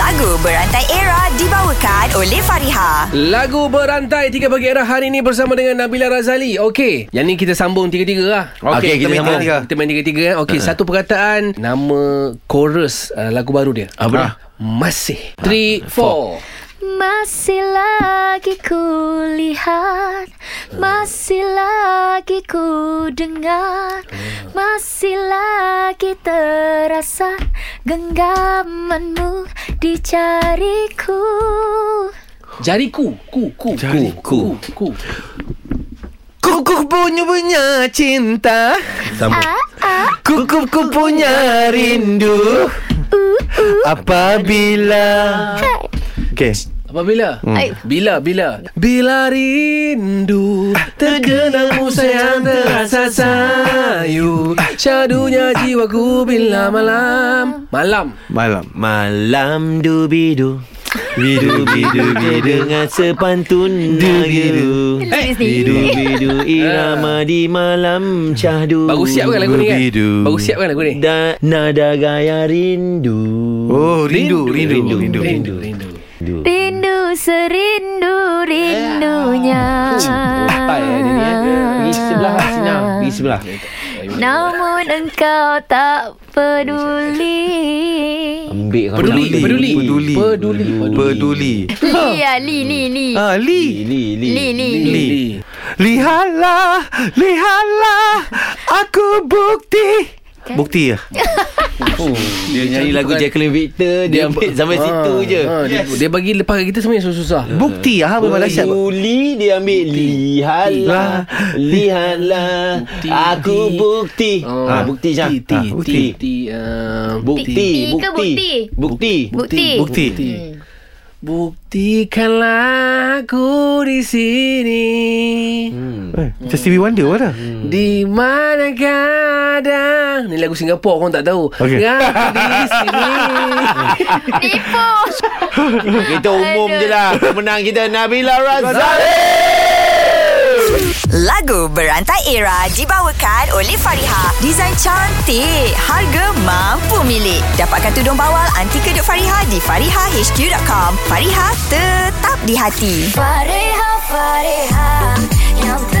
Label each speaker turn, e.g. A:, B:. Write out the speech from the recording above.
A: Lagu Berantai Era dibawakan oleh Fariha.
B: Lagu berantai 3 pagi era hari ini bersama dengan Nabila Razali. Okey, yang ni kita sambung tiga-tiga lah.
C: Okey, kita Ha.
B: main
C: sambung.
B: tiga-tiga. Kita main tiga-tiga kan. Okey, satu perkataan nama chorus uh, lagu baru dia.
C: Apa dia? Ah,
B: Masih. 3 4.
D: Masih lagi ku lihat Masih lagi ku dengar Masih lagi terasa Genggamanmu di jariku
B: Jariku, ku ku
C: Jari
B: ku
C: ku.
B: ku. ku.
C: Kuku punya punya cinta Sama
D: Ah,
C: Kuku ku punya rindu Apabila Okay
B: Apabila?
C: Hmm.
B: Bila bila? Bila rindu terkenangmu sayang terasa sayu
C: Ah.
B: syadunya jiwaku bila malam. Malam.
C: Malam Malam dubidu Bidu bidu bidu dengan sepantun biru Bidu bidu irama di malam cahdu
B: Baru siap kan lagu ni kan? Baru siap kan lagu ni?
C: Da, nada gaya rindu
E: Oh, rindu, rindu, rindu.
C: rindu,
B: Rindu, rindu.
D: Rindu serindu rindunya
B: Opai eh, dia ni, eh.
C: Di sebelah Sinang Di sebelah
D: Namun engkau tak peduli
C: Ambil kau
B: Peduli,
C: nak.
B: peduli.
E: Peduli.
B: Peduli.
E: Peduli.
D: Li ya li li li
E: Ah,
C: Li
E: Li.
C: li li
D: Li li li
B: Li.
E: Lihatlah, lihatlah aku bukti. Bukti ya?
C: Oh, Dia nyari lagu Jacqueline Victor Dia ambil sampai
B: Ah,
C: situ je
B: ah, dia, dia bagi lepas kat kita sebenarnya susah-susah.
E: Bukti ya, apa malah siap?
C: Peduli dia ambil Lihatlah Lihatlah
B: Bukti.
C: Aku bukti
B: Oh,
C: Ah, Bukti je
B: Ti, ti,
C: Ah,
B: ti,
C: Bukti
B: ti, ah,
C: Bukti
D: Bukti ke
C: Bukti
D: Bukti
E: Bukti.
B: Bukti. Buktikanlah aku di sini
C: Hmm.
E: Eh, macam Stevie Wonder mana?
B: Di mana kadang Ni lagu Singapura korang tak tahu
E: Okey.
B: Aku di sini
D: Nipu
C: Kita umum je lah Pemenang kita Nabila Razali
A: Lagu Berantai Era dibawakan oleh Fariha. Desain cantik, harga mampu milik. Dapatkan tudung bawal anti kedut Fariha di farihahq.com. Fariha tetap di hati.
D: Fareha Fareha Yang